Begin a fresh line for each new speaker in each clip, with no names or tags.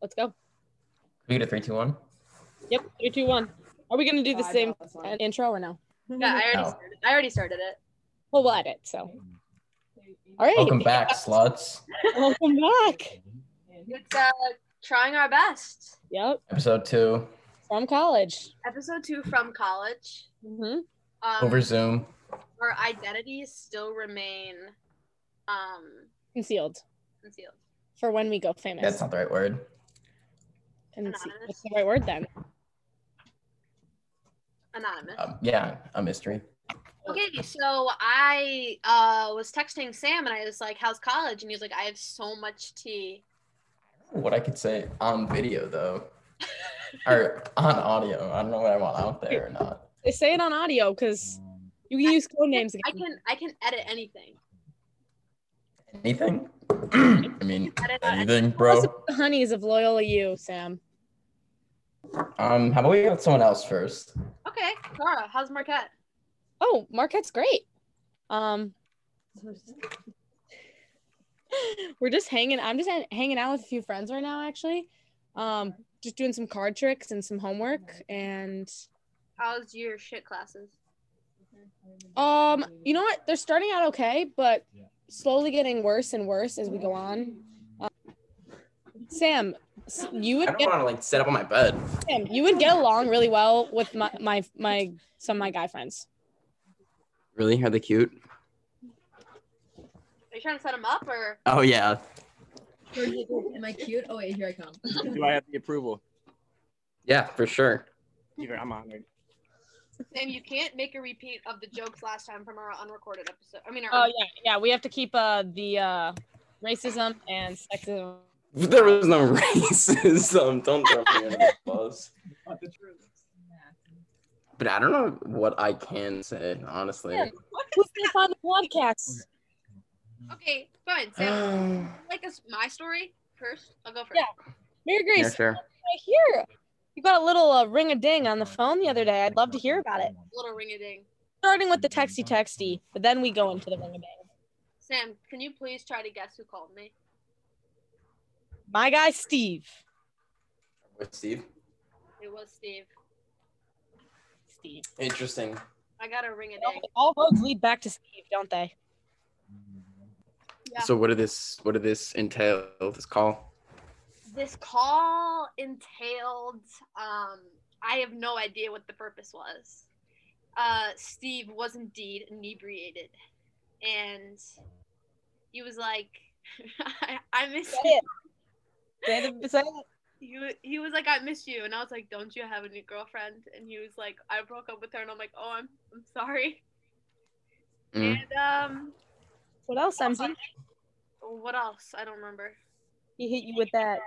Let's go.
We get a three, two, one.
Yep. Three, two, one. Are we gonna do the
Oh, I
same
know this one.
uh, intro or no?
Yeah, I already
No.
started. I already started it.
Well, we'll edit. So. All right.
Welcome back, sluts.
Welcome back.
It's uh, trying our best.
Yep.
Episode two
From college.
Episode two from college.
hmm
Um,
over Zoom.
Our identities still remain um,
Concealed
concealed.
for when we go famous.
That's not the right word.
and see,
anonymous.
what's the right word then?
Anonymous.
Um, yeah, a mystery.
Okay, so I uh, was texting Sam and I was like, How's college? And he was like, I have so much tea.
What I could say on video though, or on audio. I don't know what I want out there or not.
They say it on audio because you can use code names.
I
Again.
can I can edit anything.
Anything? I mean,
Edit out
anything, bro.
What's the honeys of Loyola U, Sam?
Um, how about we get someone else first?
Okay, Clara, how's Marquette?
Oh, Marquette's great. Um, we're just hanging. I'm just ha- hanging out with a few friends right now, actually. Um, just doing some card tricks and some homework. And
How's your shit classes?
um, you know what? They're starting out okay, but slowly getting worse and worse as we go on. Um, Sam, s- you would get
want to like set up on my bed.
Sam, you would get along really well with my my my some of my guy friends.
Really? Are they cute?
Are you trying to set them up or?
Oh yeah.
Am I cute? Oh wait, here I come.
Do I have the approval?
Yeah, for sure.
Peter, I'm honored.
Sam, you can't make a repeat of the jokes last time from our unrecorded episode. I mean, our
Oh yeah, yeah. We have to keep uh the uh racism and sexism.
There was no racism. Don't throw me under the bus. But I don't know what I can say, honestly.
Yeah. Who's this on the podcast?
okay, fine. Sam,
yeah,
you like us, my story first. I'll go first.
Yeah. Mary Grace,
sure.
right here. You got a little uh, ring a ding on the phone the other day. I'd love to hear about it.
Little ring a ding.
Starting with the texty texty, but then we go into the ring a ding.
Sam, can you please try to guess who called me?
My guy Steve.
With Steve.
It was Steve.
Steve.
Interesting.
I got a ring a ding.
All roads lead back to Steve, don't they?
Yeah.
So what did this what did this entail this call?
This call entailed. Um, I have no idea what the purpose was. Uh, Steve was indeed inebriated, and he was like, I, "I miss
Say
you."
it. Say the- say it.
he, wa- he was like, I miss you. And I was like, Don't you have a new girlfriend? And he was like, I broke up with her. And I'm like, Oh, I'm, I'm sorry.
Mm.
And um,
What else, MZ?
what else? I don't remember.
He hit you with that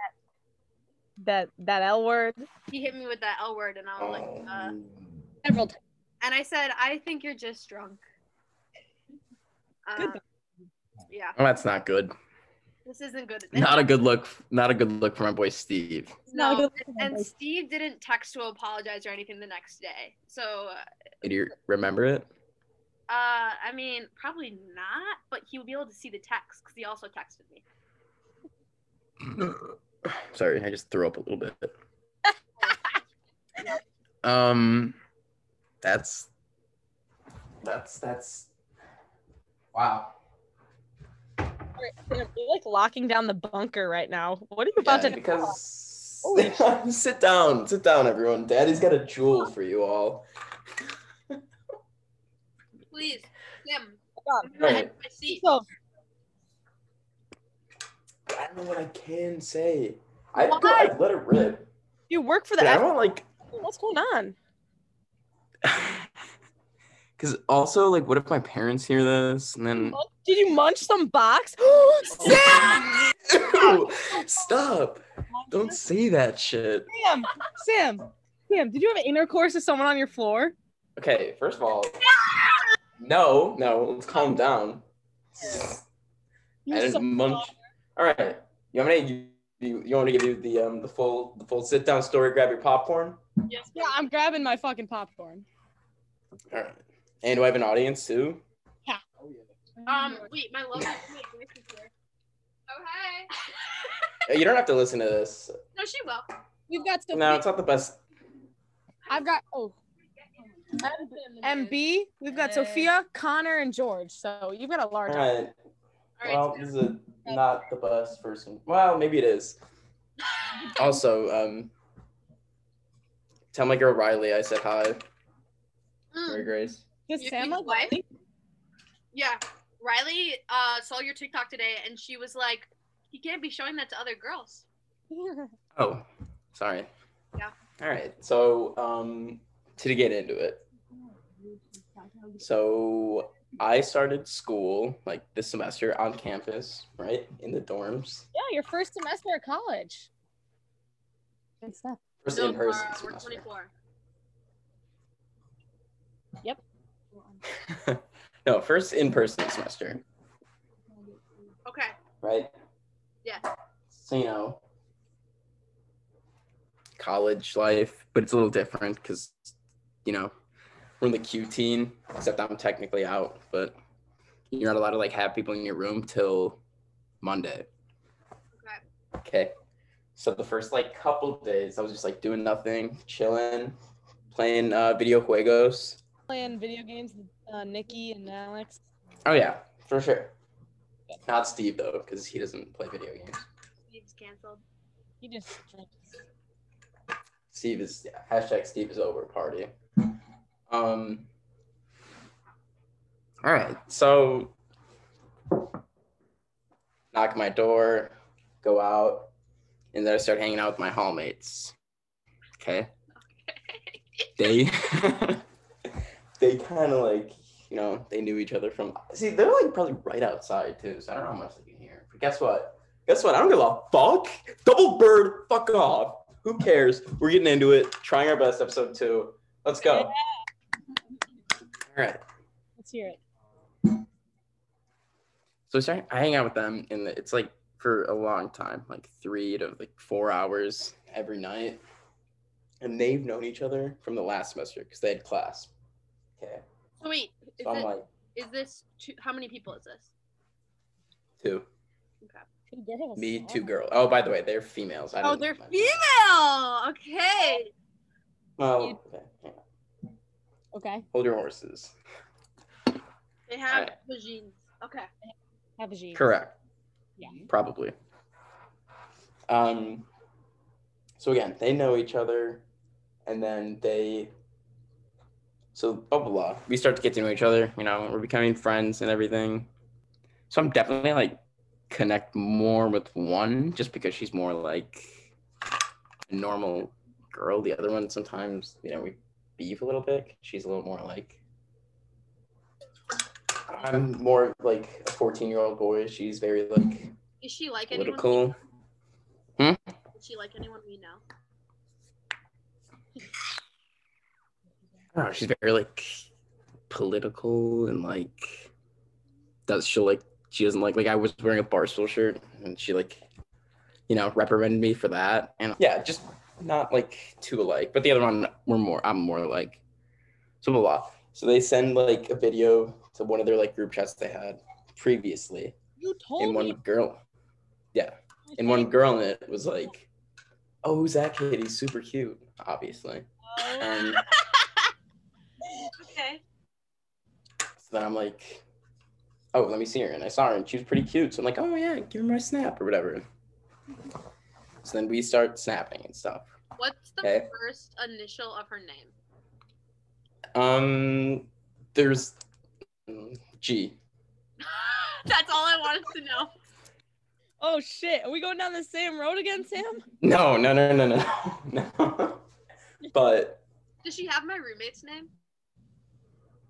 that that L word
He hit me with that L word. And I was
Oh.
like, uh,
several times.
And I said, I think you're just drunk. Uh,
Good.
yeah,
Well, Oh, that's not good.
this isn't good.
Not a good look. Not a good look for my boy Steve.
No,
No,
and Steve didn't text to apologize or anything the next day. So,
Did you remember it?
uh, I mean, probably not, but he would be able to see the text because he also texted me.
Sorry, I just threw up a little bit. um, that's that's that's wow.
you're like locking down the bunker right now. What are you about
Yeah,
to?
because sit down, sit down, everyone. Daddy's got a jewel for you all.
Please, Sam,
Hold
I had
Right.
my seat.
So
I don't know what I can say. I
Why?
I let it rip.
you work for the.
But I
F-
don't like
What's going on?
because also like what if my parents hear this and then
Did you munch some box? Sam!
Ew, stop don't say that shit
Sam, Sam, Sam, did you have intercourse with someone on your floor?
okay first of all no no let's calm down
You
I didn't
so-
munch. All right. You want me to give you, you want me to give you the um the full the full sit down story? Grab your popcorn.
Yes,
yeah, I'm grabbing my fucking popcorn.
All right. And do I have an audience too?
Um, wait, my lovely roommate Grace is here.
Okay.
Uh, You don't have to listen to this.
No, she will.
We've got Sophia.
No, it's not the best.
I've got oh MB. We've got
Hey.
Sophia, Connor, and George. So you've got a large.
All right.
All right.
Well, this is a, not the best person. Well, maybe it is. Also, um, tell my girl Riley I said hi.
Mm,
Mary Grace.
Does
You
Sam
think
like
what?
running?
yeah. Riley uh, saw your TikTok today, and she was like, "You can't be showing that to other girls."
Oh, sorry.
Yeah.
All right. So, um, to get into it, so I started school like this semester on campus, right in the dorms,
yeah, your first semester at college. Good stuff.
first
No,
in person
Laura, we're
semester.
24.
no, first in person semester,
Okay.
right?
Yeah.
So you know, college life, but it's a little different because, you know, we're in the Q teen. Except I'm technically out, but you're not allowed to like have people in your room till Monday.
Okay.
Okay. So the first like couple days, I was just like doing nothing, chilling, playing uh, video juegos.
Playing video games with uh, Nikki and Alex.
Oh yeah, for sure. Not Steve though, because he doesn't play video games.
Steve's canceled.
He just drinks.
Steve is yeah, hashtag Steve is over party. Um. All right, so knock my door, go out, and then I start hanging out with my hallmates. Okay. They they kind of like you know they knew each other from. See, they're like probably right outside too, so I don't know how much they can hear. But guess what? Guess what? I don't give a fuck. Double bird, fuck off. Who cares? We're getting into it. Trying our best, episode two. Let's go. All right.
Let's hear it.
So we start, I hang out with them, and it's like for a long time, like three to like four hours every night. And they've known each other from the last semester because they had class. Okay.
So wait, is,
So I'm
it,
like
is this two, how many people is this?
two.
Two girls.
Me, two girls. Oh, by the way, they're females. I
Oh,
didn't-
they're female. Okay.
Well, Oh, okay. hang on.
Okay.
Hold your horses.
They have
Alright.
vagines. Okay.
Have a G.
Correct.
Yeah.
Probably. Um, so again, they know each other, and then they. So blah blah blah. We start to get to know each other. You know, we're becoming friends and everything. So I'm definitely like connect more with one just because she's more like a normal girl. The other one sometimes you know we beef a little bit. She's a little more like I'm more like a 14 year old boy. She's very like
Is she like anyone?
political.
Is she like anyone we know?
I don't know, she's very like political and like does she like she doesn't like like I was wearing a barstool shirt and she like you know reprimanded me for that and yeah just not like too alike but the other one we're more I'm more like so blah blah so they send like a video to one of their like group chats they had previously
You told
and one
me.
girl and one girl in it was like oh who's that kid he's super cute obviously Um, and
Okay.
So then I'm like, oh, let me see her. And I saw her and she was pretty cute. So I'm like, oh, yeah, give her my snap or whatever. So then we start snapping and stuff.
What's the
Okay.
first initial of her name?
Um, there's mm, G.
That's all I wanted to know.
Oh shit! Are we going down the same road again, Sam?
No, no, no, no, no, no. but
Does she have my roommate's name?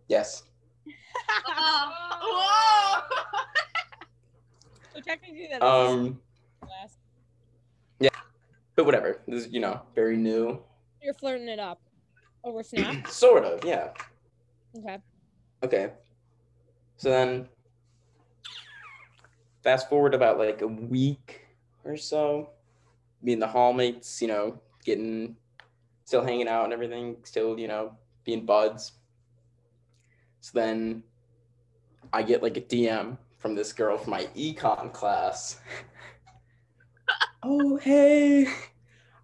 yes,
Oh. Whoa.
So technically that's
um,
last.
but whatever. This is, you know, very new,
You're flirting it up over Snap.
sort of. Yeah.
Okay.
Okay. So then, fast forward about like a week or so. Me and the hallmates, you know, getting still hanging out and everything, still, you know, being buds. So then I get like a DM from this girl from my econ class. oh, hey,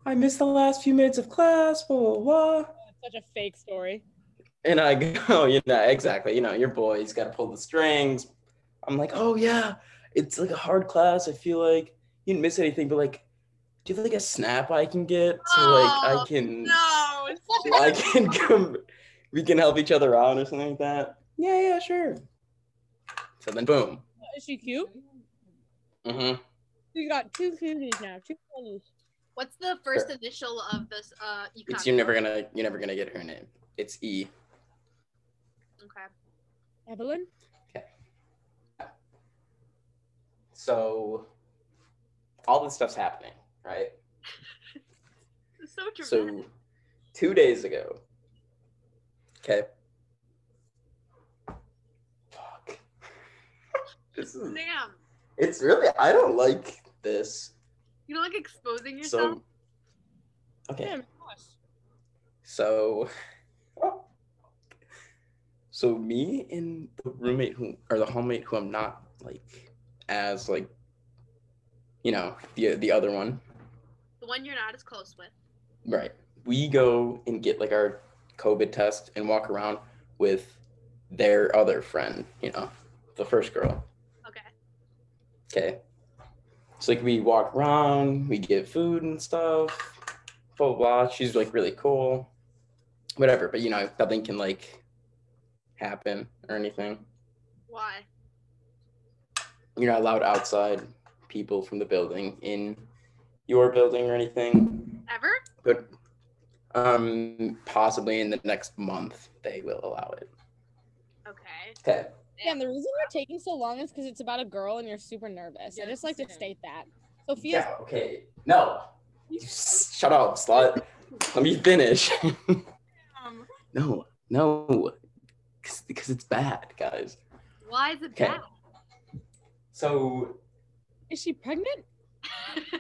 I missed the last few minutes of class, blah, blah, blah.
Such a fake story.
And I go, oh, you know, exactly, you know, your boy's got to pull the strings. I'm like, oh, yeah, it's like a hard class. I feel like you didn't miss anything, but like, do you have like a snap I can get so like I
Oh,
can
No, it's
I can come. We can help each other out or something like that. Yeah, yeah, sure. So then, boom.
Is she cute?
hmm
You got two cuties now. Two cuties.
What's the first initial of this? Uh, econ?
It's you're never gonna you're never gonna get her name. It's E.
Okay.
Evelyn?
So all this stuff's happening, right?
It's so dramatic.
So two days ago. Okay. Fuck. this is.
Damn.
It's really. I don't like this.
You know, like exposing yourself.
So. Okay.
Damn, gosh.
So, so me and the roommate who or the homemate who I'm not like as like, you know, the the other one,
the one you're not as close with.
right? We go and get like our COVID test and walk around with their other friend, you know, the first girl.
Okay.
Okay. So like we walk around, we get food and stuff, blah blah. blah. She's like really cool, whatever. But you know, nothing can like happen or anything.
Why?
You're not allowed outside people from the building in your building or anything.
Ever?
But um, possibly in the next month they will allow it.
Okay.
Okay.
Damn, the reason we're taking so long is because it's about a girl and you're super nervous. I
Yeah,
just like to
same.
state that. Sophia's
Yeah. Okay. No. You s- Shut up, slut. Let me finish.
Um,
No, no, because it's bad, guys.
why is it
Okay.
bad?
So
is she pregnant?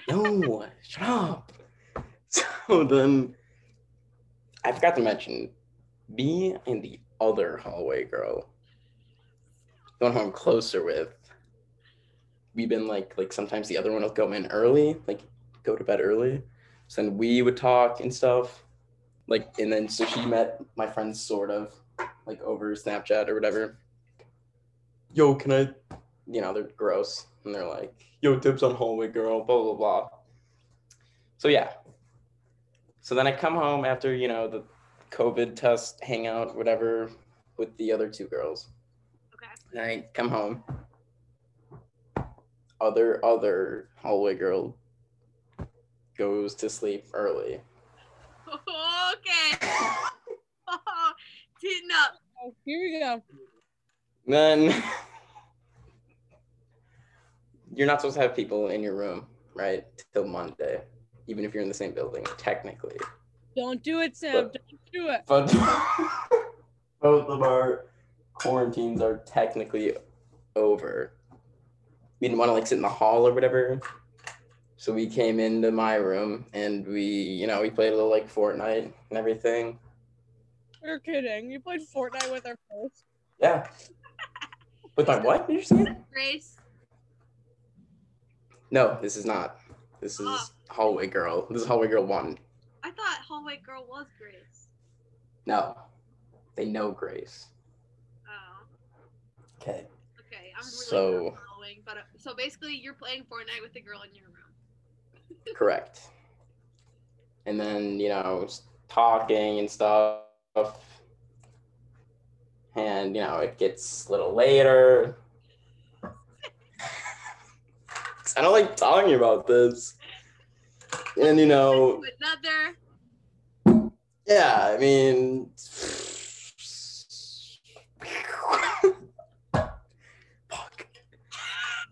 no, shut up. So then, I forgot to mention, me and the other hallway girl, the one who I'm closer with. We've been like, like sometimes the other one will go in early, like go to bed early. So then we would talk and stuff, like, and then so she met my friend sort of, like over Snapchat or whatever. Yo, can I you know, they're gross and they're like, yo, dibs on hallway girl, blah, blah, blah. So, yeah. So then I come home after, you know, the COVID test hangout, whatever, with the other two girls.
Okay.
And I come home. Other, other hallway girl goes to sleep early.
okay. Oh, teeing up.
Oh, here we go.
then you're not supposed to have people in your room, right? Till Monday, even if you're in the same building, technically.
Don't do it, Sam.
Look.
Don't do it.
But both of our quarantines are technically over. We didn't want to like sit in the hall or whatever. So we came into my room and we, you know, we played a little like Fortnite and everything.
You're kidding. You played Fortnite with her first.
Yeah. With my what? Did you say?
Grace.
No, this is not. This is
Ah.
Hallway Girl. This is Hallway Girl 1.
I thought hallway girl was Grace.
No, they know Grace.
Oh.
Okay.
Okay. I'm really
So-
not following, but uh, so basically, you're playing Fortnite with the girl in your room.
Correct. And then, you know, s- talking and stuff. And, you know, it gets a little later. I don't like talking about this. And, you know,
With Another.
Yeah, I mean, fuck.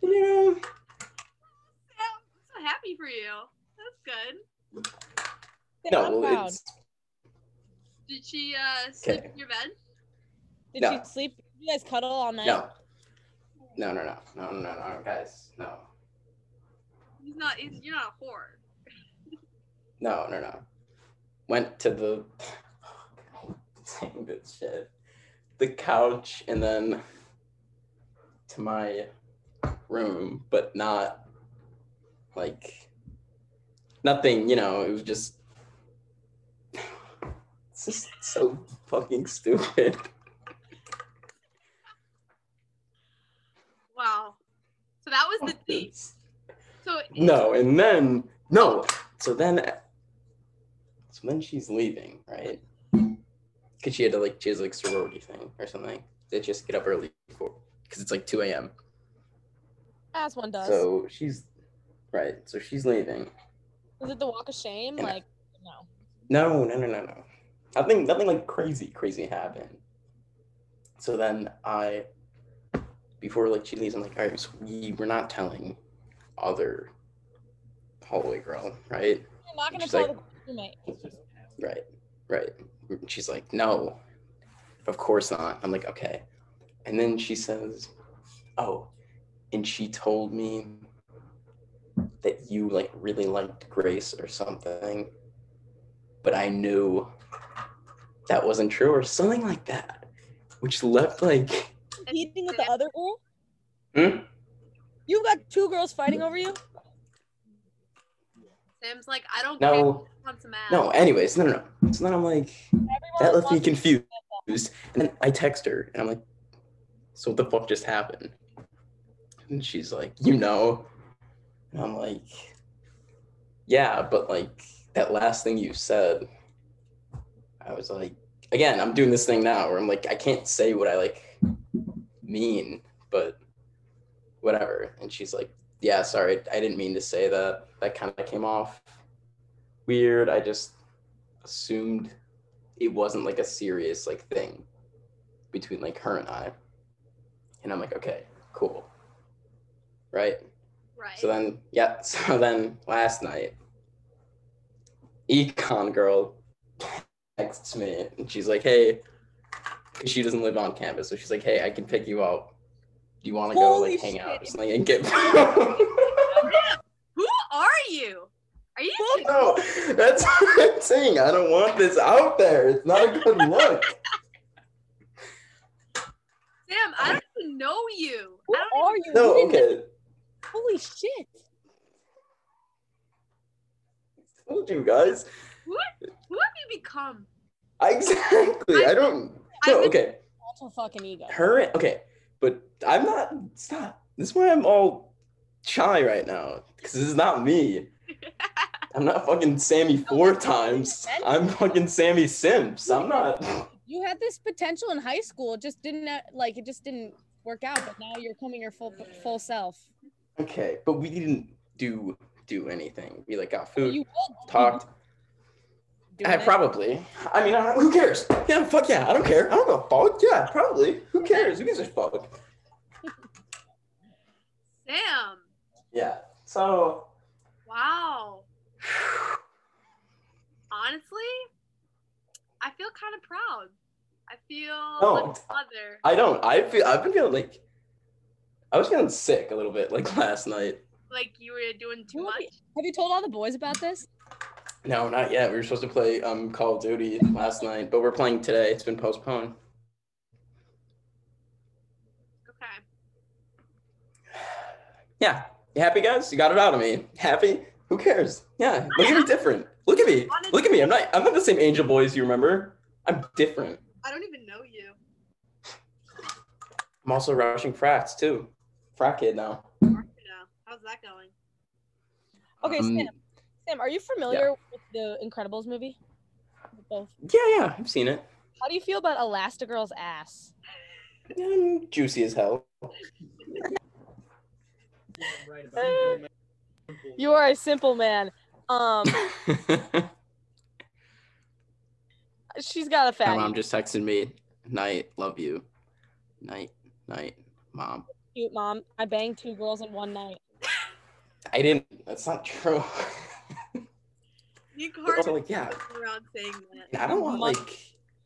You know,
Yeah, I'm so happy for you. That's good.
I'm
no,
proud.
it's
Did she uh, sleep
Okay.
in your bed?
Did
no.
she sleep? Did you guys cuddle all night?
no, no, no, no, no, no, no, no, guys, no,
He's not. He's, you're not a whore.
no, no, no. Went to the saying this shit, the couch, and then to my room, but not like nothing, you know, it was just it's just so fucking stupid.
Wow. So that was the date. So
No, and then no. So then, so then she's leaving, right? Cause she had to like she has like sorority thing or something. They just get up early for because it's like two a.m.
As one does.
So she's right. So she's leaving.
Is it the walk of shame?
Yeah.
Like, no.
No, no, no, no, no. Nothing, nothing like crazy, crazy happened. So then I, before like she leaves, I'm like, all right, so we we're not telling other hallway girl, right?
You're not gonna
She's
tell the
like-
roommate.
Right, right. And She's like, no, of course not. I'm like, okay. And then she says, oh, and she told me that you like really liked Grace or something, but I knew that wasn't true or something like that, which left like,
Competing with the other girl?
Hmm?
You got two girls fighting over you?
Sam's like, I don't care.
no,
Want some ass.
no, anyways, no, no, no. So then I'm like, that
Everyone
left me
wants-
confused. And then I text her and I'm like, so what the fuck just happened? And she's like, you know. And I'm like, yeah, but like that last thing you said, I was like, again, I'm doing this thing now where I'm like, I can't say what I like mean, but whatever. And she's like, yeah, sorry, I didn't mean to say that. That kind of came off weird. I just assumed it wasn't like a serious like thing between like her and I. And I'm like, okay, cool. Right?
Right.
So then yeah, so then last night Econ girl texts me and she's like, Hey, 'cause she doesn't live on campus, so she's like, Hey, I can pick you up. Do you wanna go
Holy
like hang out or
shit.
something and get
Who are you? Are you kidding?
No, that's what I'm saying. I don't want this out there. It's not a good look.
Sam? I don't even know you.
Who
I don't
are you?
No,
You didn't-
okay.
Holy shit.
told you guys.
even, who have you become?
Exactly. I don't.
I
No,
would-
okay.
Alter fucking ego.
Her. Okay. But I'm not. Stop. This is why I'm all shy right now. Because this is not me. I'm not fucking Sammy four times. I'm fucking Sammy Sims. I'm not.
You had this potential in high school, it just didn't uh, like it just didn't work out, but now you're coming your full full self.
Okay. But we didn't do do anything. We like got
You
food,
will
talked.
do
I
it.
probably. I mean, I, who cares? Yeah, fuck yeah. I don't care. I don't give a fuck. Yeah, probably. Who cares? Who gives a fuck?
Sam.
Yeah. So.
Wow. Honestly, I feel kind of proud. I feel
No.
like a mother.
I don't. I feel I've been feeling like I was feeling sick a little bit like last night.
Like you were doing too
Really?
much.
Have you told all the boys about this?
No, not yet. We were supposed to play um Call of Duty last night, but we're playing today. It's been postponed.
Okay.
Yeah. You happy guys? You got it out of me. Happy? Who cares? Yeah. Look at me different. Look at me. Look at me. I'm not I'm not the same angel boy as you remember. I'm different.
I don't even know you.
I'm also rushing frats too. Frat kid now.
You know, how's that going?
Okay,
Um,
Sam. Sam, are you familiar with the Incredibles movie? With Both.
Yeah, yeah, I've seen it.
How do you feel about Elastigirl's ass?
Um, juicy as hell.
You are a simple man. Um, she's got a
My
fatty.
mom just texted me, night, love you. Night, night, mom.
Cute mom. I banged two girls in one night.
I didn't, that's not true.
You
But
can't
also, like, yeah,
go around saying that.
and I don't want,
Mom.
like,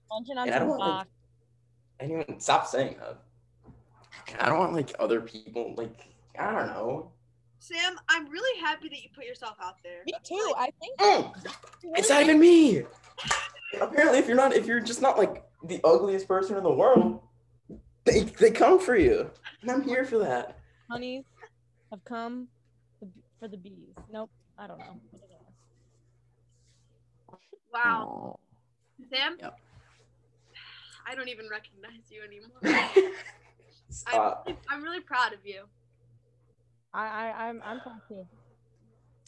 Munching on
and I
some
don't want, like,
rock.
anyone, stop saying that. And I don't want, like, other people, like, I don't know.
Sam, I'm really happy that you put yourself out there.
Me too. I think
Mm, it's not even me. Apparently, if you're not, if you're just not, like, the ugliest person in the world, they, they come for you. And I'm here for that.
honey. have come for the bees. Nope, I don't know.
Wow.
Aw.
Sam?
Yep.
I don't even recognize you anymore.
Stop.
I'm really proud of you.
I, I I'm I'm proud too.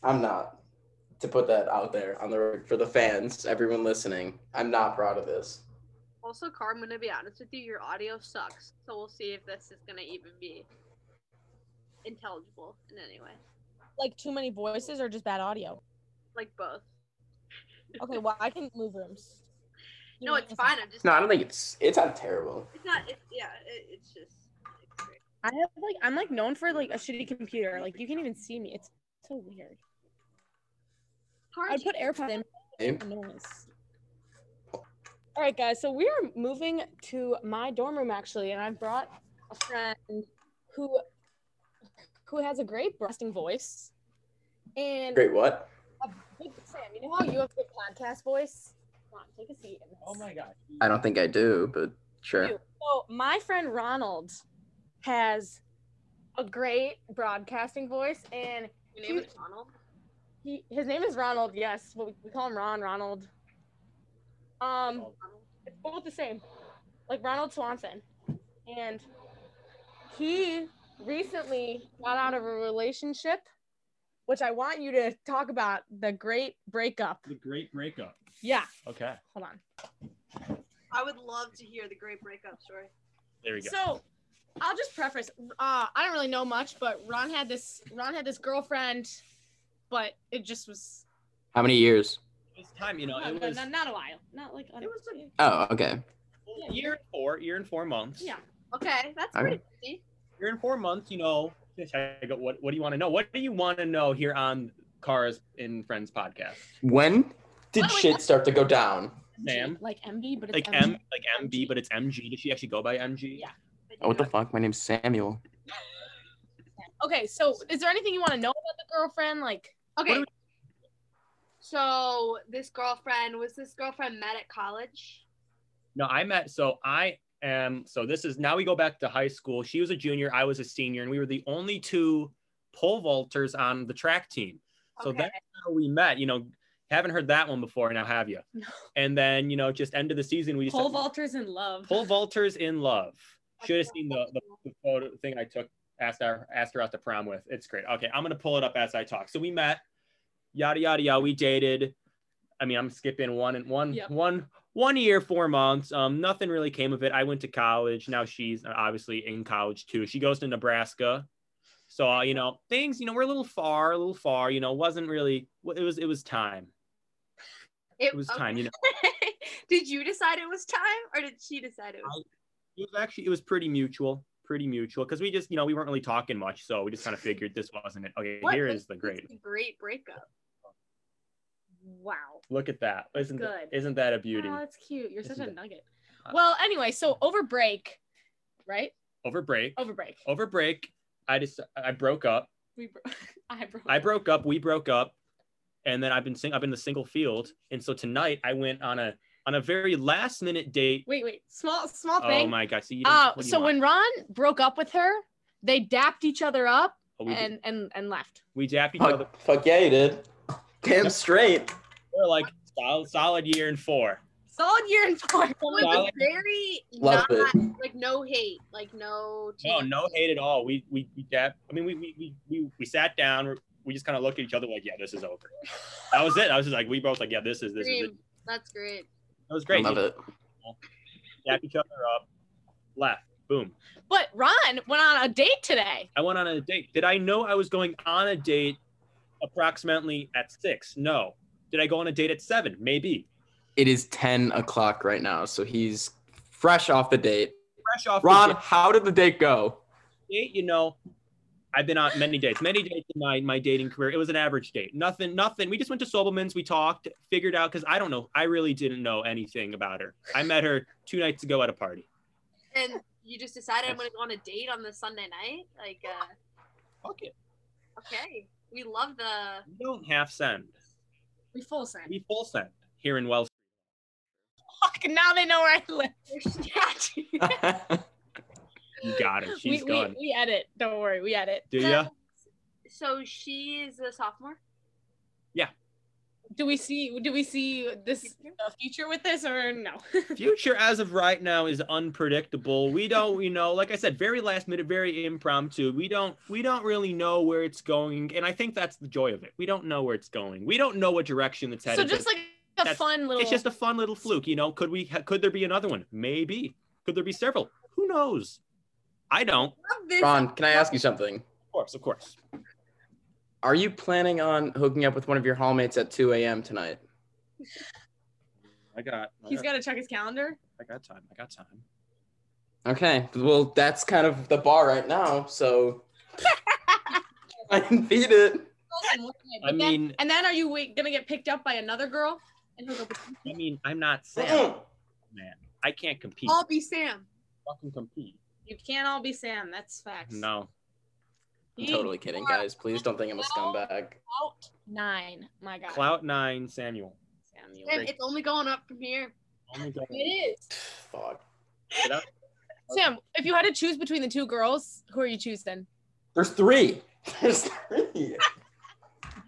I'm not. To put that out there on the record for the fans, everyone listening, I'm not proud of this.
Also, Car, I'm gonna be honest with you, your audio sucks. So we'll see if this is gonna even be intelligible in any way.
Like too many voices or just bad audio.
Like both.
Okay, well I can move rooms. You
No,
want
it's
me to-
fine. I'm just
No, I don't think it's it's not terrible.
It's not. It's yeah. It, it's just. It's great.
I have like I'm like known for like a shitty computer. Like you can't even see me. It's so weird.
Car,
I'd
do you-
put AirPods in.
Eh?
Noise. All right, guys. So we are moving to my dorm room actually, and I've brought a friend who who has a great broadcasting voice. And
Great what?
Sam, you know how you have a good podcast voice? Come on, take a seat. in this.
god.
I don't think I do, but sure.
You. So my friend Ronald has a great broadcasting voice, and
Your name is Donald.
he his name is Ronald. Yes, but we- we call him Ron Ronald. Um, it's both the same, like Ronald Swanson, and he recently got out of a relationship, which I want you to talk about the great breakup.
The great breakup.
Yeah,
Okay.
hold on.
I would love to hear the great breakup story.
There we go.
So I'll just preface. Uh, I don't really know much, but Ron had this. Ron had this girlfriend, but it just was
How many years?
this time, you know,
not,
it was
not, not a while. Not like
It was a-
Oh, okay.
yeah.
year and four, year and four months.
yeah.
Okay, that's
All
pretty easy.
Year and four months, you know, I go, what, what do you want to know? What do you want to know here on Cars and Friends podcast?
When did
Oh, wait,
shit start to go down?
Sam?
Like MB, but it's
Like M, like MB, but it's MG. Does she actually go by MG?
Yeah.
Oh, what the fuck? My name's Samuel.
Okay, so is there anything you want to know about the girlfriend? Like,
Okay.
What
So this girlfriend was this girlfriend met at college.
No, I met. So I am. So this is now we go back to high school. She was a junior. I was a senior, and we were the only two pole vaulters on the track team. So
Okay.
that's how we met. You know, haven't heard that one before. Now have you?
No.
And then you know, just end of the season, we just
pole vaulters in love.
pole vaulters in love. Should have seen the, the, the photo thing I took. Asked her asked her out to prom with. It's great. Okay, I'm gonna pull it up as I talk. So we met. Yada yada yada. We dated. I mean, I'm skipping one and one
Yep.
one- one year, four months. Um, nothing really came of it. I went to college. Now she's uh, obviously in college too. She goes to Nebraska. So uh, you know things. You know we're a little far, a little far. You know wasn't really. It was it was time. It was time. You know.
did you decide it was time, or did she decide it was?
it was actually it was pretty mutual pretty mutual because we just you know we weren't really talking much so we just kind of figured this wasn't it okay
What
here
makes
is the great
this a great breakup. Wow.
look at that isn't that
Good.
isn't that a beauty
Oh, that's cute. You're such
Isn't
a
it?
nugget.
Uh,
Well, anyway, so over break, right?
over break
Over break.
over break i just i broke up
We bro- I broke.
i broke up we broke up and then i've been sing- i've been in the single field and so tonight i went on a on a very last minute date
Wait, wait. Small, small
oh
thing.
my god see you didn't-
Uh,
what do you
so
want?
when Ron broke up with her, they dapped each other up
Oh, we,
and and and left.
we dapped each other
Fuck, fuck yeah, you did. Damn straight.
for like solid, solid year and four
Solid year and four.
It
Wow.
was very
Love
not like no hate, like no.
Oh, No,
chance.
no hate at all. We we we dab, I mean, we we we we, we sat down. We just kind of looked at each other like, yeah, this is over. That was it. I was just like, we both like, yeah, this is this is it.
Dream. That's great.
That was great.
I love it.
Dap each other up, left, boom.
But Ron went on a date today.
I went on a date. Did I know I was going on a date approximately at six? No. Did I go on a date at seven? Maybe.
It is 10 o'clock right now, so he's fresh off the date.
Fresh off the
Ron, how did the date go?
date, you know, I've been on many dates, many dates in my, my dating career. It was an average date. Nothing, nothing. We just went to Sobelman's. We talked, figured out, because I don't know. I really didn't know anything about her. I met her two nights ago at a party.
And you just decided I'm gonna go on a date on this Sunday night. Like, uh,
Fuck it.
okay, we love the.
We don't half send.
We full send.
We full send here in Wells.
Fuck, now they know where I live.
their statue.
You got her.
we,
She's
we,
gone.
we edit. Don't worry, we edit.
Do ya?
so she is a sophomore.
Do we see? Do we see this a future with this or no?
Future as of right now is unpredictable. We don't, you know, like I said, very last minute, very impromptu. We don't we don't really know where it's going. And I think that's the joy of it. We don't know where it's going. We don't know what direction it's
so
headed.
just
but
like a
that's-
fun little.
it's just a fun little fluke, you know. Could we could there be another one? Maybe. Could there be several? Who knows? I don't.
Love this.
Ron, can I ask you something?
Of course, of course.
Are you planning on hooking up with one of your hallmates at 2 a.m. tonight?
I got I
he's got
got,
to check his calendar.
I got time. I got time.
Okay. Well, that's kind of the bar right now, so I can beat it.
I
And then-
mean
and then are you wait, gonna get picked up by another girl? And hook up with-
I mean I'm not
Oh.
Sam,
Mm-mm.
man. I can't compete.
I'll be Sam.
fucking compete.
You can't all be Sam. That's facts.
No.
I'm
You
totally kidding, guys. Please don't think I'm a scumbag.
out nine. My God.
Clout nine Samuel.
Samuel.
Sam, it's only going up from here.
Only go-
It is.
Fuck.
Sam, if you had to choose between the two girls, who are you choosing?
There's three. There's three.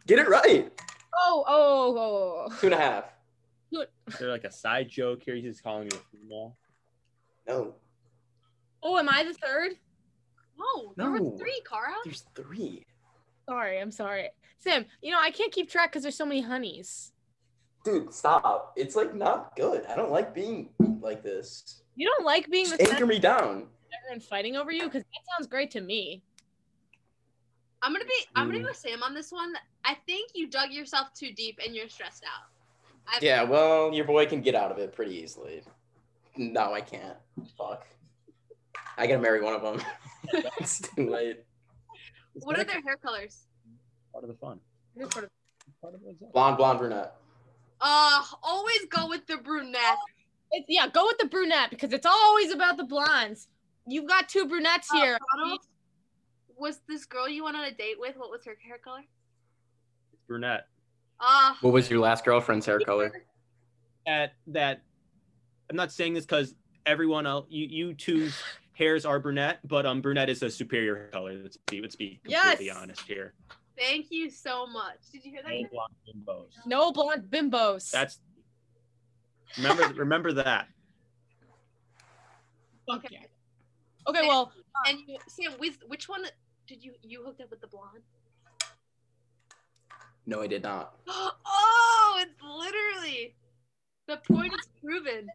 Get it right.
Oh, oh, oh, oh.
Two and a half.
They're like a side joke here. He's just calling you a female.
No.
Oh, am I the third?
No, there were
No.
three, Kara.
There's three.
Sorry, I'm sorry. Sam, you know, I can't keep track because there's so many honeys.
Dude, stop. It's like not good. I don't like being like this.
You don't like being the
Just
center
anchor me down.
and everyone fighting over you? Because that sounds great to me.
I'm gonna be. I'm gonna
Mm.
go Sam on this one. I think you dug yourself too deep and you're stressed out. I,
Yeah, well, your boy can get out of it pretty easily. No, I can't. Fuck. I gotta marry one of them. it's too late.
It's
What are
like
their hair colors?
part of the fun?
You're sort of-
Part of what's up.
Blonde, blonde, brunette.
Uh, always go with the brunette.
It's, yeah, go with the brunette because it's always about the blondes. You've got two brunettes
Uh,
here.
Ronald, was this girl you went on a date with? What was her hair color?
Brunette.
Uh,
What was your last girlfriend's hair color?
That that I'm not saying this because everyone else you you two's hairs are brunette, but um brunette is a superior color. Let's be let's be completely
Yes.
honest here.
thank you so much. Did you hear that?
No blonde bimbos.
No blonde bimbos.
That's remember remember that.
Fuck
okay.
yeah. Okay, well,
And you, Sam, with which one did you you hooked up with the blonde?
No, I did not.
Oh, it's literally the point is proven.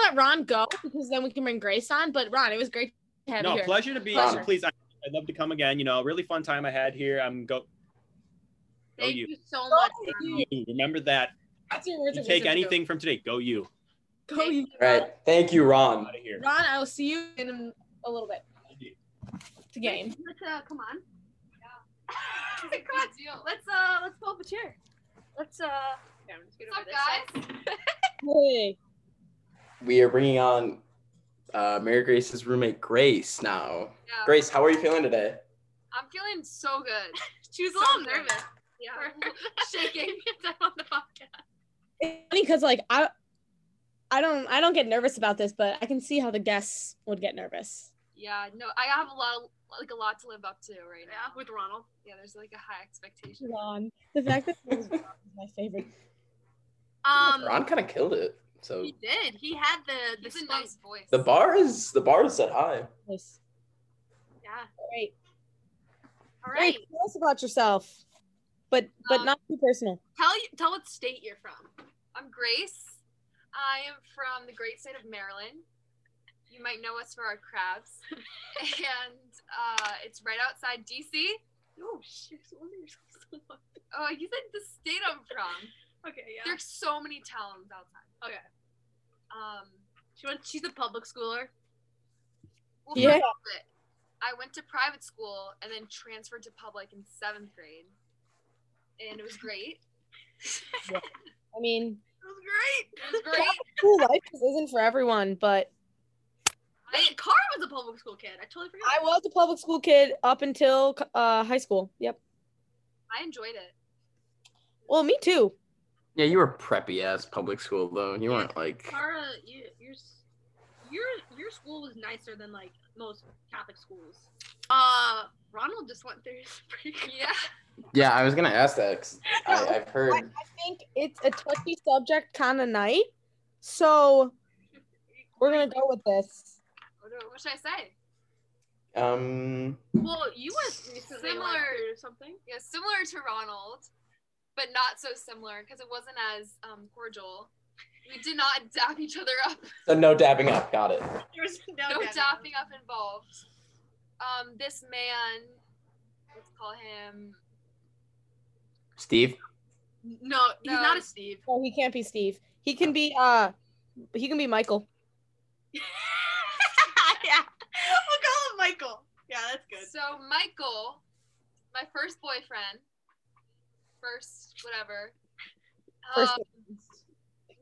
let Ron go because then we can bring Grace on. But Ron, it was great to have you
No,
here.
pleasure to be
Pleasure.
on. Please, I, I'd love to come again. You know, really fun time I had here. I'm go. Go
Thank
you.
you. so much.
you.
you. Remember that.
That's your words
You
of
take
wisdom,
anything from today. Go you.
Joe. Go, you.
All right. Thank you, Ron.
Out of here.
Ron, I will see you in a little bit to game.
Let's uh, come on. Yeah. come on. Let's uh, let's pull up a chair. Let's uh. Okay, I'm just gonna
What's
over
up,
this side.
Hey.
We are bringing on uh, Mary Grace's roommate, Grace, now.
Yeah.
Grace, how are you feeling today?
I'm feeling so good.
She was a
So
little
nervous.
nervous. Yeah.
Shaking on the podcast.
It's funny because like I, I don't I don't get nervous about this, but I can see how the guests would get nervous.
Yeah, no, I have a lot, like a lot to live up to right
Yeah.
now with Ronald. Yeah, there's like a high expectation.
Ron, the fact that it was Ron is my favorite.
Um,
Ron kind of killed it. So
he did. He had the the
It's a
spunk.
nice voice.
the bar is the bar is set high.
Place.
Yeah.
All right,
All
all right.
right.
Tell us about yourself, but but
Um,
not too personal.
Tell you tell what state you're from.
I'm Grace. I am from the great state of Maryland. You might know us for our crabs, and uh, it's right outside DC.
Oh shit! What are you so much?
Oh, you said the state I'm from.
Okay. Yeah.
There's so many towns outside.
Okay.
Um,
She went. She's a public schooler.
well,
Yeah.
private. I went to private school and then transferred to public in seventh grade, and it was great.
I mean,
It was great.
It was great.
school life just isn't for everyone, but
Wait, Cara was a public school kid. I totally forgot.
I was a public school kid up until uh, high school. Yep.
I enjoyed it.
Well, me too.
Yeah, you were preppy ass public school though. You weren't like
Cara, you, your your your school was nicer than like most Catholic schools. Uh, Ronald just went through his breakup.
Yeah.
Yeah, I was gonna ask that 'cause I, I've heard.
I think it's a touchy subject kind of night. So we're going to go with this.
What, do- what should I say?
Um,
Well, you were recently
Similar.
went through something.
Yeah, similar to Ronald, but not so similar because it wasn't as um, cordial. We did not dap each other up.
so no dabbing up. Got it.
There was no,
no
dad.
dapping up involved. Um, this man, let's call him.
Steve.
No, he's
No.
not a Steve.
No, he can't be Steve. He can be uh he can be Michael.
yeah, we'll call him Michael. Yeah, that's good.
So Michael, my first boyfriend, first whatever.
First-
um,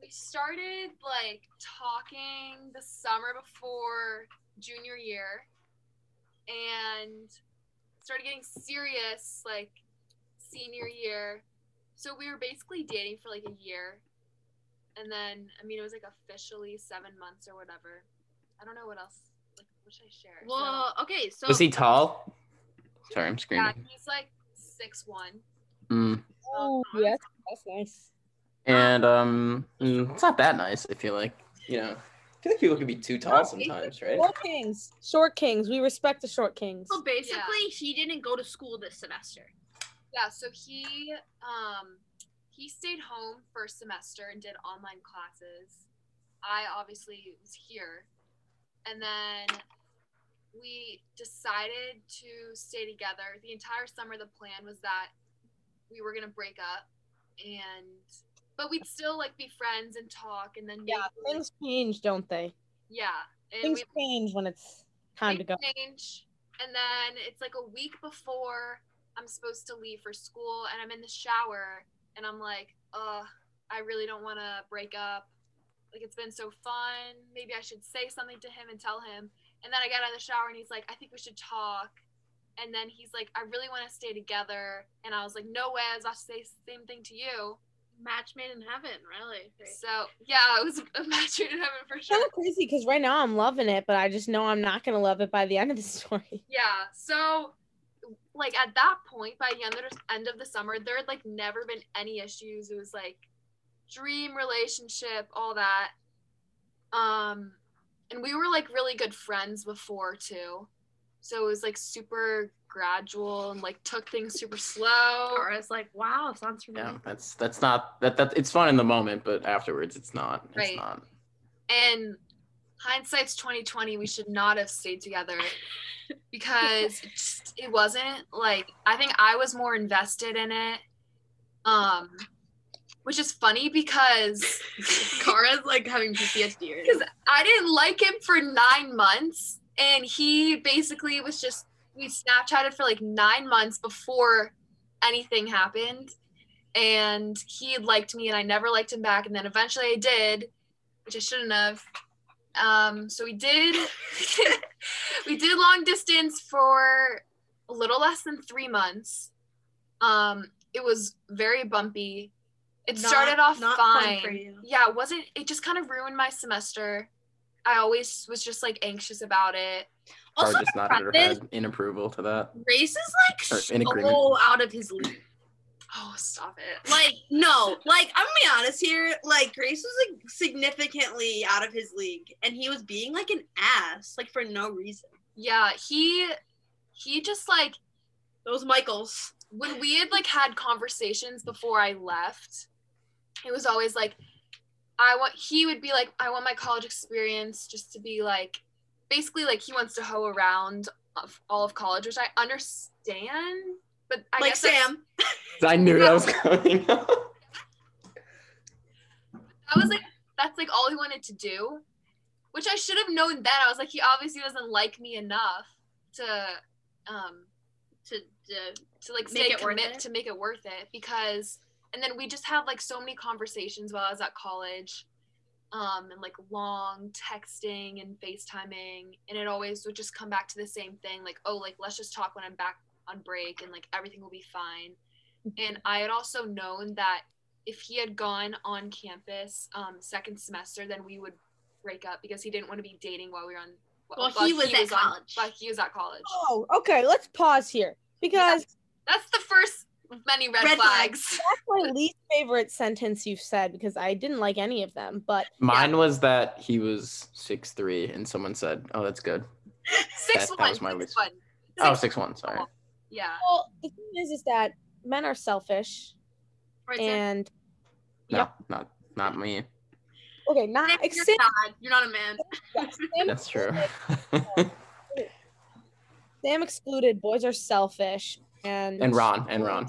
we started like talking the summer before junior year, and started getting serious like senior year. So we were basically dating for like a year, and then I mean it was like officially seven months or whatever. I don't know what else. Like, what should I share? So-
Well, okay, so
Was he tall? Sorry, I'm
yeah,
screaming.
he's like six one.
Mm.
Oh, yes. That's nice.
And um, mm, it's not that nice. I feel like you know. I feel like people can be too tall sometimes, right?
Short kings. Short kings. We respect the short kings.
so basically, he didn't go to school this semester.
Yeah, so he um he stayed home for a semester and did online classes. I obviously was here. And then we decided to stay together. The entire summer the plan was that we were gonna break up and but we'd still like be friends and talk and then
Yeah,
maybe, like,
things change, don't they?
yeah. And
Things
we
change when it's time to
Big
go.
change. And then it's like a week before I'm supposed to leave for school, and I'm in the shower, and I'm like, ugh, I really don't want to break up. Like, it's been so fun. Maybe I should say something to him and tell him. And then I get out of the shower, and he's like, I think we should talk. And then he's like, I really want to stay together. And I was like, no way, I was about to say the same thing to you.
Match made in heaven, really.
So, yeah, it was a match made in heaven for sure.
Kind of crazy because right now I'm loving it, but I just know I'm not gonna love it by the end of the story.
Yeah. So, like at that point, by the end of the, end of the summer, there had like never been any issues. It was like dream relationship, all that. Um, and we were like really good friends before too, so it was like super gradual and like took things super slow.
Tara's like, wow, sounds
Yeah,
familiar.
that's that's not that that it's fun in the moment, but afterwards it's not. It's
Right.
not.
And hindsight's twenty twenty. We should not have stayed together because it, just, it wasn't like I think I was more invested in it. Um, which is funny because
Kara's like having PTSD. Right now.
because I didn't like him for nine months, and he basically was just we Snapchatted for like nine months before anything happened, and he had liked me, and I never liked him back, and then eventually I did, which I shouldn't have. Um, so we did, we did long distance for a little less than three months. Um, it was very bumpy. It
Not-
started off
not fun
fine.
for you.
Yeah, it wasn't it just kind of ruined my semester. I always was just like anxious about it.
Or
Also,
just not
about this-
had in approval to that.
race is
Or
like
in agreement.
so out of his league.
Oh, stop it.
Like, no, like I'm gonna be honest here. Like, Grace was like significantly out of his league, and he was being like an ass, like for no reason.
yeah, he he just like
Those Michaels.
when we had like had conversations before I left, it was always like I want he would be like, I want my college experience just to be like basically like he wants to hoe around of all of college, which I understand, but I
like
guess that's-
Sam.
I knew that was coming.
I was like, that's like all he wanted to do, which I should have known then. I was like, he obviously doesn't like me enough to, um,
To, to
to like
Make
stay
it worth
commit
it?
to make it worth it because, and then we just had like so many conversations while I was at college, um, and like long texting and FaceTiming, and it always would just come back to the same thing, like, oh, like let's just talk when I'm back on break, and like everything will be fine. And I had also known that if he had gone on campus um, second semester, then we would break up because he didn't want to be dating while we were on
Well, he was at
on-
college.
but he was at college.
Oh, okay. Let's pause here because
That's the first of many red,
Red
flags.
that's my least favorite sentence you've said because I didn't like any of them. But
Mine was that he was six three, and someone said, "Oh, that's good." That-
Six
that
one.
was my
six
least-
one.
Oh, six one. Sorry.
Yeah.
well, the thing is, is that men are selfish
Right, so
and
No,
Yep.
not not me.
okay,
Sam,
not
you're
except
not. You're not a man.
Sam,
That's true.
Sam excluded. Boys are selfish and
and Ron and Ron.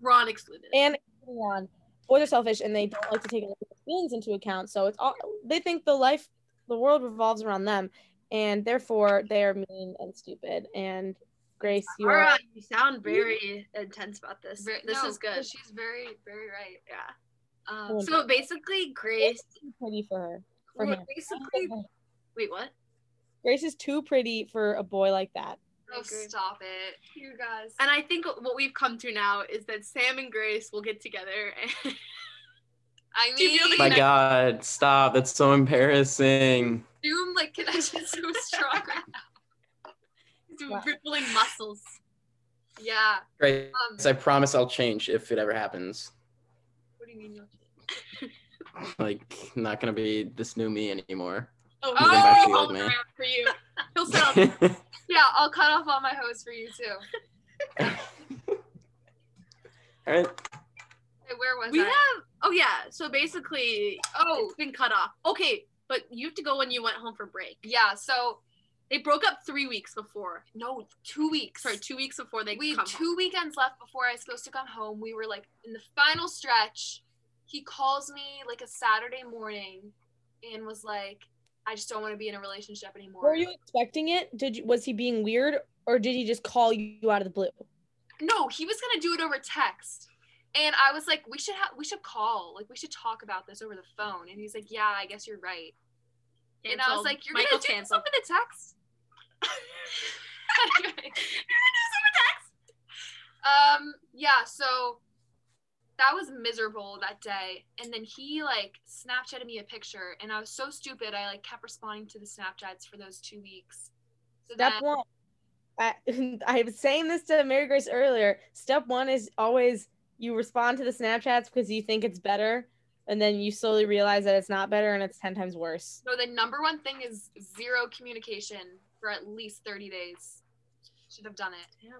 Ron excluded.
and Ron. Boys are selfish and they don't like to take other people's feelings into account. So it's all they think the life, the world revolves around them, and therefore they are mean and stupid. And Grace, you
All
are
right, you sound very intense about this.
Ver-
this
no,
is good.
She's very, very right.
Yeah.
Um,
Mm.
so
So basically, Grace.
pretty for her. For
well,
him.
basically,
Wait, what?
Grace is too pretty for a boy like that.
oh, stop it, you guys.
And I think what we've come to now is that Sam and Grace will get together. And
I
Do you
mean,
feel the
My God, stop! That's so embarrassing.
Zoom like connection so strong. right now.
do
Wow.
rippling muscles.
yeah.
Great.
Um,
I promise I'll change if it ever happens.
what do you mean? you'll change?
Like, I'm not gonna be this new me anymore.
Oh,
Moving back to the
oh,
old man.
for you. He'll sound
That's
Yeah, I'll cut off all my hose for you too.
All right.
Hey, where was
We
I?
have. Oh yeah. So basically, oh,
oh,
it's been cut off. Okay, but you have to go when you went home for break.
yeah. So
They broke up three weeks before.
no, two weeks.
Sorry, two weeks before they
we
come
had
home.
two weekends left before I was supposed to come home. We were like in the final stretch. He calls me like a Saturday morning and was like, I just don't want to be in a relationship anymore.
Were you expecting it? Did you, was he being weird or did he just call you out of the blue?
no, he was gonna do it over text. And I was like, we should have we should call. Like we should talk about this over the phone. And he's like, Yeah, I guess you're right. And I
Canceled.
was like, You're
Michael
gonna do
canceled.
something to text? You're gonna do something to text? Um, yeah, so that was miserable that day. And then he like Snapchatted me a picture and I was so stupid, I like kept responding to the Snapchats for those two weeks. So
Step
then-
one. I, I was saying this to Mary Grace earlier. Step one is always you respond to the Snapchats because you think it's better, and then you slowly realize that it's not better and it's 10 times worse.
So the number one thing is zero communication for at least 30 days. Should have done it.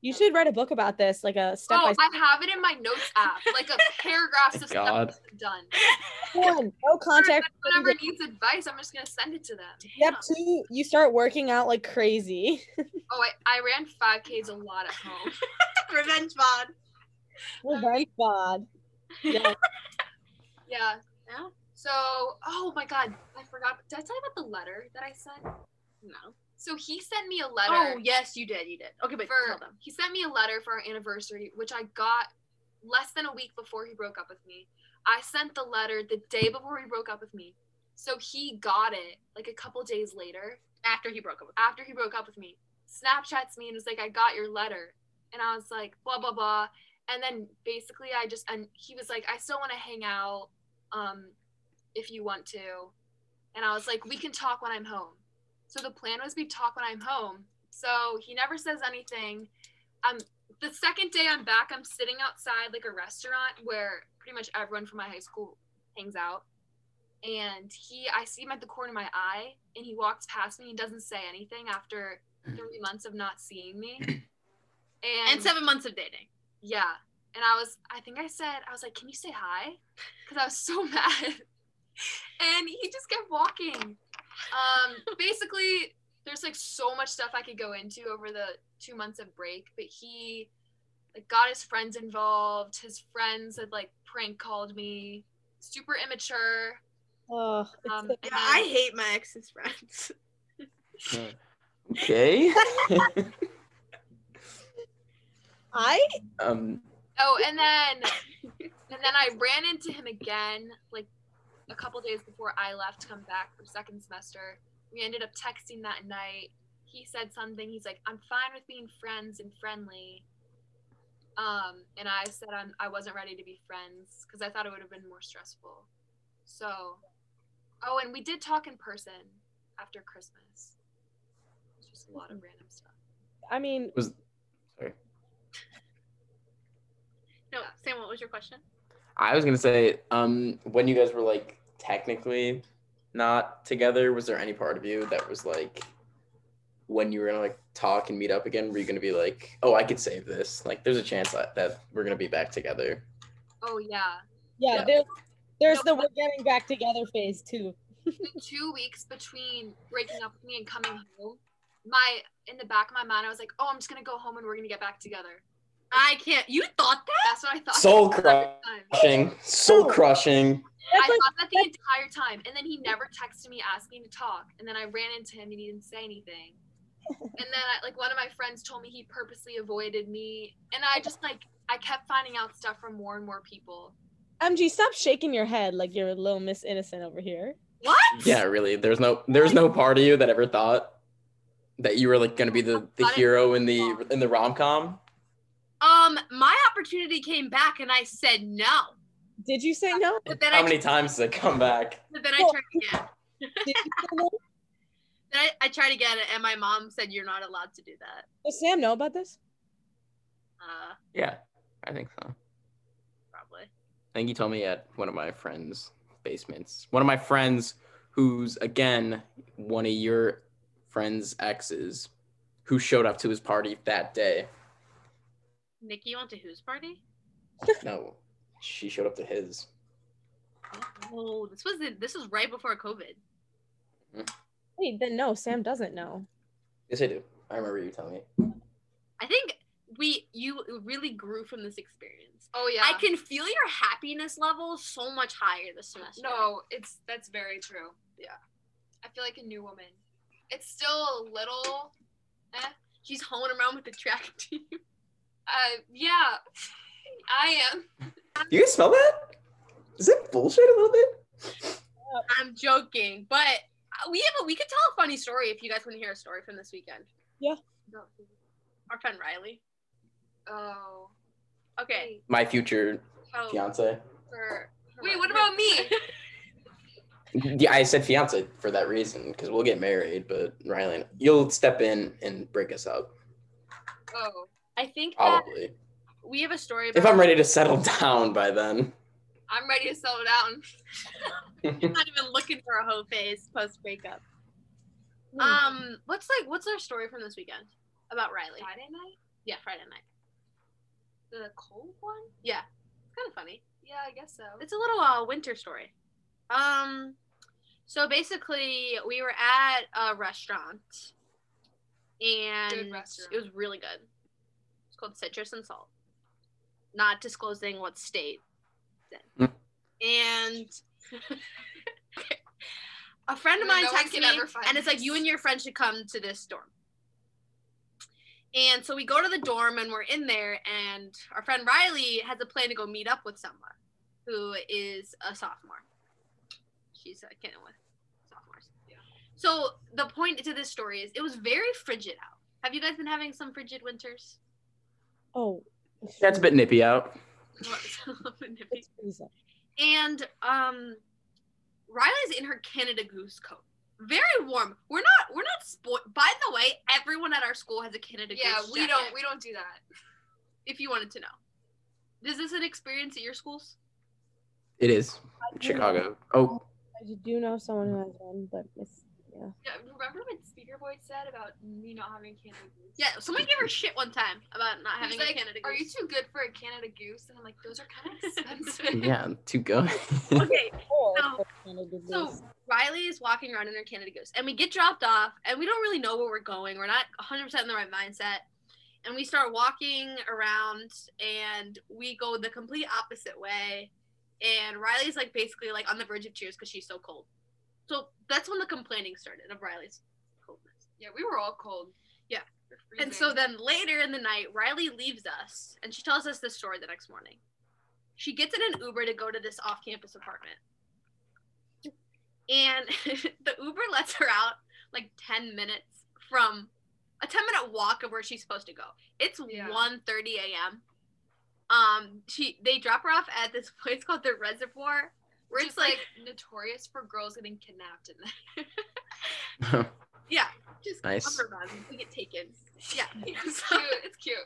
You should write a book about this, like a step
Oh,
by
I have it in my notes app, like a paragraphs of stuff
God.
that's done.
step one. No contact.
Whoever needs advice, I'm just gonna send it to them.
Step two, you start working out like crazy.
Oh, I, I ran 5Ks a lot at home.
Revenge mod.
Revenge bod. Yeah.
Yeah.
Yeah.
So, oh my God, I forgot. Did I tell you about the letter that I sent?
No.
So he sent me a
Oh
letter.
yes, you did. You did. Okay, but
for,
tell them.
He sent me a letter for our anniversary, which I got less than a week before he broke up with me. I sent the letter the day before he broke up with me. So he got it like a couple days later
After he broke up with
after he broke up with me. Snapchats me and was like, I got your letter. And I was like, blah, blah, blah. And then basically I just, and he was like, I still want to hang out um, if you want to. And I was like, we can talk when I'm home. So the plan was we talk when I'm home. So he never says anything. Um, the second day I'm back, I'm sitting outside like a restaurant where pretty much everyone from my high school hangs out. And he, I see him at the corner of my eye, and he walks past me and doesn't say anything after three months of not seeing me. And,
and seven months of dating.
yeah. And I was, I think I said, I was like, can you say hi? Because I was so mad. and he just kept walking. Um, basically, there's like so much stuff I could go into over the two months of break, but he like got his friends involved. His friends had like prank called me, super immature.
Oh, it's
Um,
the-
and then-
hate my ex's friends.
Okay.
I
um.
Oh, and then and then I ran into him again, like a couple days before I left to come back for second semester. We ended up texting that night. He said something. He's like, "I'm fine with being friends and friendly." Um, and I said I'm, I wasn't ready to be friends because I thought it would have been more stressful. So, oh, and we did talk in person after Christmas. just a lot of random stuff.
I mean,
No, Sam, what was your question?
I was gonna say, um, when you guys were like technically not together, was there any part of you that was like, when you were gonna like talk and meet up again, were you gonna be like, oh, I could save this? Like, there's a chance that, that we're gonna be back together.
Oh yeah.
Yeah.
Yeah, there, there's the we're getting back together phase too.
the two weeks between breaking up with me and coming home, my in the back of my mind, I was like, "Oh, I'm just gonna go home and we're gonna get back together."
I can't. You thought that?
That's what I thought.
Soul
the entire time.
Crushing, soul crushing.
I
that's like
thought that the entire time, and then he never texted me asking to talk. And then I ran into him, and he didn't say anything. And then, I, like one of my friends told me, he purposely avoided me, and I just like I kept finding out stuff from more and more people.
MG, stop shaking your head like you're a little Miss Innocent over here.
Yeah, really. There's no, there's no part of you that ever thought that you were like gonna be the the hero in the in the rom com.
Um, my opportunity came back and I said no.
Did you say no?
But then I
How many times does it come back?
but then I
Well-
tried again.
Did you say no?
Then I, I tried again and my mom said you're not allowed to do that.
Does Sam know about this?
Uh,
Yeah, I think so.
probably.
I think he told me at one of my friends' basements. One of my friends, who's again one of your friends' exes, who showed up to his party that day.
Nikki, you went to whose party?
no, she showed up to his.
Oh, this was the, this was right before COVID.
Wait, then no, Sam doesn't know.
Yes, I do. I remember you telling me.
I think we you really grew from this experience.
Oh yeah,
I can feel your happiness level so much higher this semester.
No, it's that's very true. Yeah, I feel like a new woman. It's still a little,
she's hoeing around with the track team.
uh, yeah, I am.
Do you guys smell that? Is that bullshit a little bit?
I'm joking, but we have a we could tell a funny story if you guys want to hear a story from this weekend.
Yeah.
Our friend Riley.
Oh,
Okay.
My future
So
fiance.
for
wait, what about me?
Yeah, I said fiance for that reason because we'll get married, but Rylan, you'll step in and break us up
Oh,
I think that
probably
we have a story about
if I'm ready to settle down by then.
I'm ready to settle down.
I'm not even looking for a hoe phase post breakup.
Hmm.
Um, what's like what's our story from this weekend about Riley?
Friday night,
Yeah, Friday night.
the cold one.
It's kind of funny.
Yeah, I guess so.
It's a little uh, winter story. Um, so basically, we were at a restaurant, and
restaurant.
it was really good. It's called Citrus and Salt. Not disclosing what state. it's in. And a friend of
No
mine
one
texted
can
me,
ever find
and it's like
this.
you and your friend should come to this dorm. And so we go to the dorm and we're in there, and our friend Riley has a plan to go meet up with someone who is a sophomore. She's uh, kidding with sophomores. Yeah. So the point to this story is it was very frigid out. Have you guys been having some frigid winters?
Oh,
That's a bit nippy out.
it's Frieza.
and um, Riley's in her Canada Goose coat. Very warm. We're not. We're not spoiled. By the way, everyone at our school has a Canada
yeah,
Goose.
we
jacket,
don't we don't do that.
if you wanted to know, is this an experience at your schools?
It is Chicago. Oh,
I do know someone who has one, but it's yeah.
Yeah, remember when Speaker Boy said about me not having Canada Goose?
Yeah. Someone gave her shit one time about not
He was
having
like,
a Canada Goose.
Are you too good for a Canada Goose? And I'm like, those are kind of expensive.
yeah, too good.
okay,
Or
So-
Oh, kind of good
so
news.
Riley is walking around in her Canada Goose, and we get dropped off, and we don't really know where we're going. We're not 100% in the right mindset. And we start walking around, and we go the complete opposite way. And Riley's like basically like on the verge of tears because she's so cold. So that's when the complaining started of Riley's coldness.
yeah, we were all cold.
Yeah.
We're
And so
freezing.
then later in the night, Riley leaves us and she tells us this story the next morning. She gets in an Uber to go to this off campus apartment. And the Uber lets her out like 10 minutes from a 10 minute walk of where she's supposed to go. It's
Yeah.
1:30 a.m. Um, she they drop her off at this place called the Reservoir, where
Which
it's
is,
like
Oh,
notorious for girls getting kidnapped in that.
Yeah. Just
Nice.
cover them. We get taken. Yeah.
It's cute. It's cute.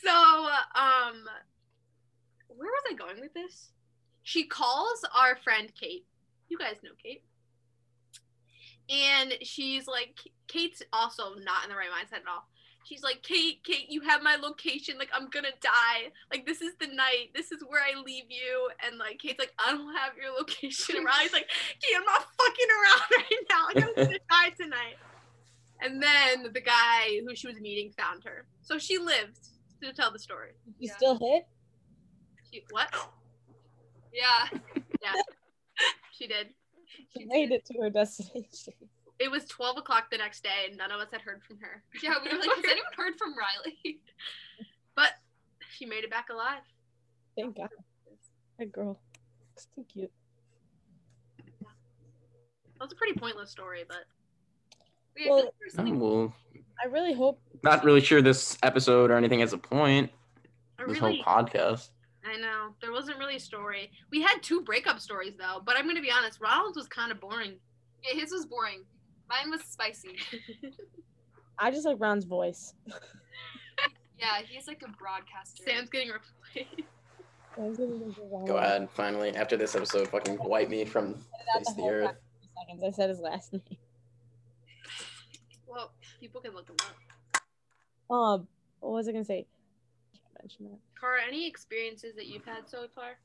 So, um, where was I going with this? She calls our friend Kate. You guys know Kate. And she's like, Kate's also not in the right mindset at all. She's like, Kate, Kate, you have my location. Like, I'm gonna die. Like, this is the night. This is where I leave you. And like, Kate's like, I don't have your location. And Riley's like, Kate, I'm not fucking around right now. Like, I'm gonna die tonight. And then the guy who she was meeting found her. So she lived to tell the story.
You
Yeah.
still hit?
She what?
Yeah.
She did.
She made it to her destination.
It was twelve o'clock the next day, and none of us had heard from her.
Yeah. We were like, has anyone heard from Riley?
But she made it back alive.
Thank God. That girl. It's too cute.
That was a pretty pointless story, but
We had to-
Well-
Oh, well,
I really hope
not really sure this episode or anything has a point.
I
This
really,
whole podcast.
I know there wasn't really a story. We had two breakup stories though, but I'm gonna be honest, Ronald's was kind of boring.
yeah, his was boring. Mine was spicy.
I just like Ron's voice.
Yeah, he's like a broadcaster.
Sam's getting replaced.
Go ahead. Finally, after this episode, fucking wipe me from face of the earth.
Seconds. I said his last name.
well, people can look him up.
Um, what was I gonna say? Can't mention that.
Cara, any experiences that you've had so far?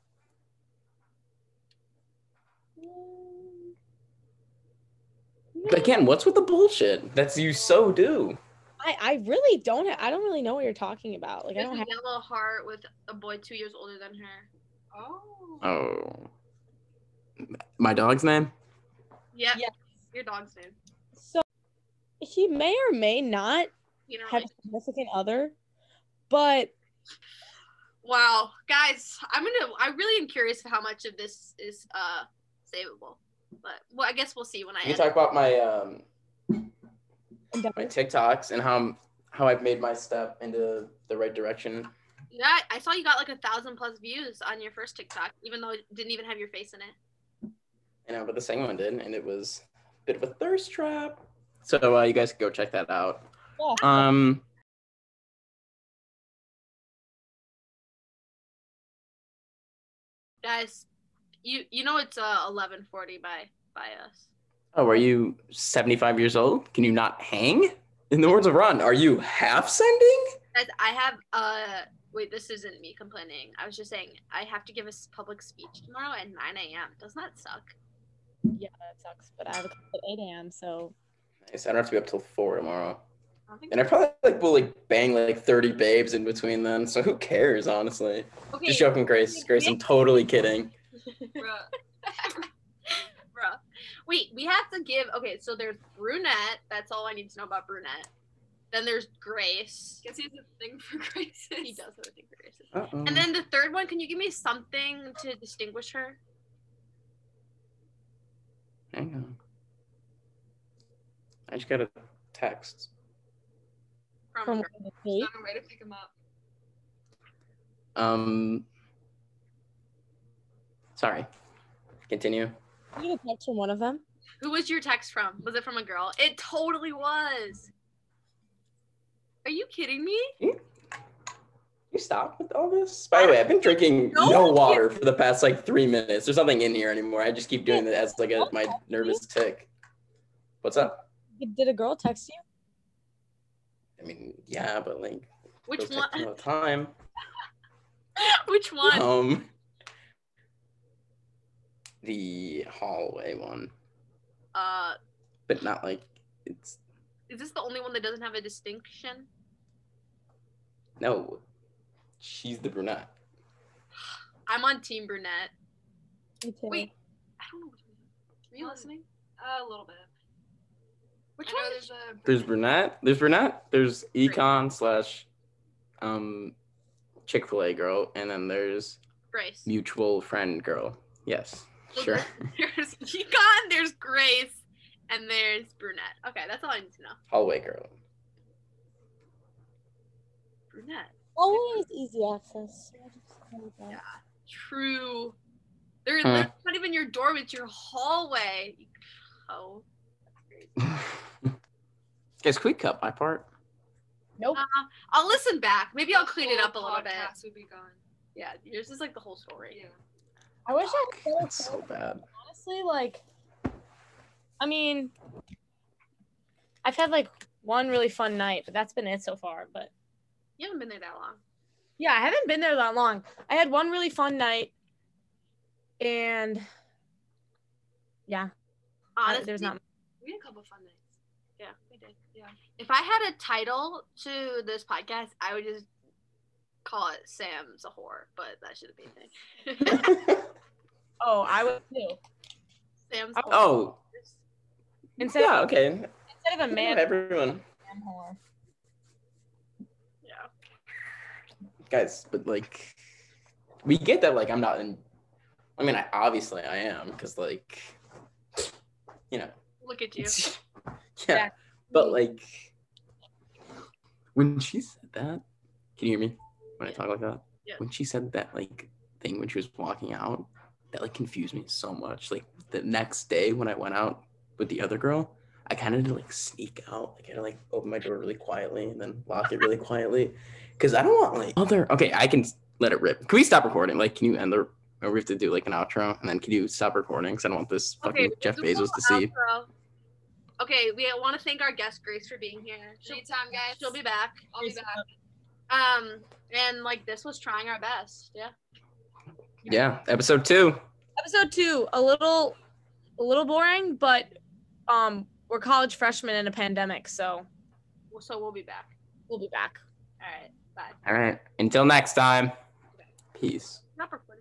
Again, what's with the bullshit? That's you so do.
I, I really don't. Ha- I don't really know what you're talking about. Like I
There's
Mm-hmm.
don't
a
have.
yellow heart with a boy two years older than her.
Oh.
Oh. My dog's name?
Yep.
Yes.
Your dog's name.
So he may or may not
You know.
have a significant other, but
Wow, guys, I'm gonna. I really am curious of how much of this is uh savable, but well, I guess we'll see when I
You
edit.
talk about my um
and
my
definitely
TikToks and how how I've made my step into the right direction.
yeah, I saw you got like a thousand plus views on your first TikTok, even though it didn't even have your face in it.
You know, but the second one did, and it was a bit of a thirst trap. So uh, you guys can go check that out.
Yeah.
Um.
Guys, you you know it's uh 11:40 by by us.
Oh, are you 75 years old? Can you not hang? In the words of Ron, are you half sending?
Guys, I have uh wait, this isn't me complaining. I was just saying I have to give a s- public speech tomorrow at 9 a.m. Doesn't that suck?
yeah, that sucks. But I have a class at eight a.m. So
Nice. I don't have to be up till four tomorrow.
I don't think.
And I probably like will like bang like 30 babes in between then. So who cares, honestly?
Okay,
Just joking, Grace. Grace, I'm totally kidding.
Bruh.
Bruh. Wait, we have to give. Okay, so there's brunette. That's all I need to know about brunette. Then there's Grace.
Guess he has a thing for graces.
He does have a thing for Grace.
Uh-oh.
And then the third one. Can you give me something to distinguish her?
Hang on. I just got a text.
From,
from
her?
the
Found
date,
a way to pick him up.
Um. Sorry. Continue.
you get a text from one of them.
who was your text from? Was it from a girl? It totally was. Are you kidding me?
You stop with all this? By the way, I've been drinking
No,
no,
you-
water for the past like three minutes. There's nothing in here anymore. I just keep doing it as like a, my nervous tick. What's up?
Did a girl text you?
I mean, yeah, but like
Which
those
one?
text all the time.
Which one?
Um, the hallway one,
Uh,
but not like it's
is this the only one that doesn't have a distinction?
no. She's the brunette.
I'm on team brunette.
Me too.
Wait. I don't know. Which one.
Are you listening?
Um, uh, A little bit.
Which
I
one?
know
is-
there's a.
There's brunette. There's brunette. There's econ slash, um, Chick Fil A girl, and then there's
Grace.
mutual friend girl. Yes, sure.
There's Econ, there's Grace, and there's Brunette. Okay, that's all I need to know.
Hallway girl.
Brunette.
Always easy access. I just wanted that.
Yeah. True. They're
Huh.
they're not even your dorm, it's your hallway. Oh.
Guys, quick cut my part.
Nope.
Uh, I'll listen back. Maybe I'll clean it up a little bit.
bit. Would be gone.
Yeah, yours is like the whole story.
Yeah.
I wish I
Fuck, That's so bad.
honestly like i mean i've had like one really fun night but that's been it so far but
You haven't been there that long.
yeah i haven't been there that long i had one really fun night and yeah
Honestly,
Uh, there's not
we had a couple fun nights. Yeah, we did. Yeah. If I had a title to this podcast, I would just call it Sam's a whore, but that shouldn't be a thing.
oh i would too
Sam's
Oh.
a whore.
Oh,
instead,
yeah,
of,
okay.
instead of a
Man,
man
everyone.
whore.
Yeah.
Guys, but like, we get that, like, I'm not in. I mean, I obviously I am, because, like, you know.
Look at you.
yeah.
Yeah.
But, like, when she said that, can you hear me when I talk like that?
Yeah.
When she said that, like, thing when she was walking out, that, like, confused me so much. Like, the next day when I went out with the other girl, I kind of like sneak out. Like I had to like open my door really quietly and then lock it really quietly, because I don't want like other. Okay, I can s- let it rip. Can we stop recording? Like, can you end the? Or we have to do like an outro, and then can you stop recording? Because I don't want this fucking Jeff
there's no
Bezos to see.
outro. Okay, we want to thank our guest Grace for being here. She'll,
Anytime, guys.
she'll be back.
I'll be back.
Um, and like this was trying our best. Yeah.
Yeah, episode two.
episode two a little a little boring but um we're college freshmen in a pandemic so
So we'll be back.
we'll be back
All right. Bye.
All right. Until next time. Peace.
Not recording.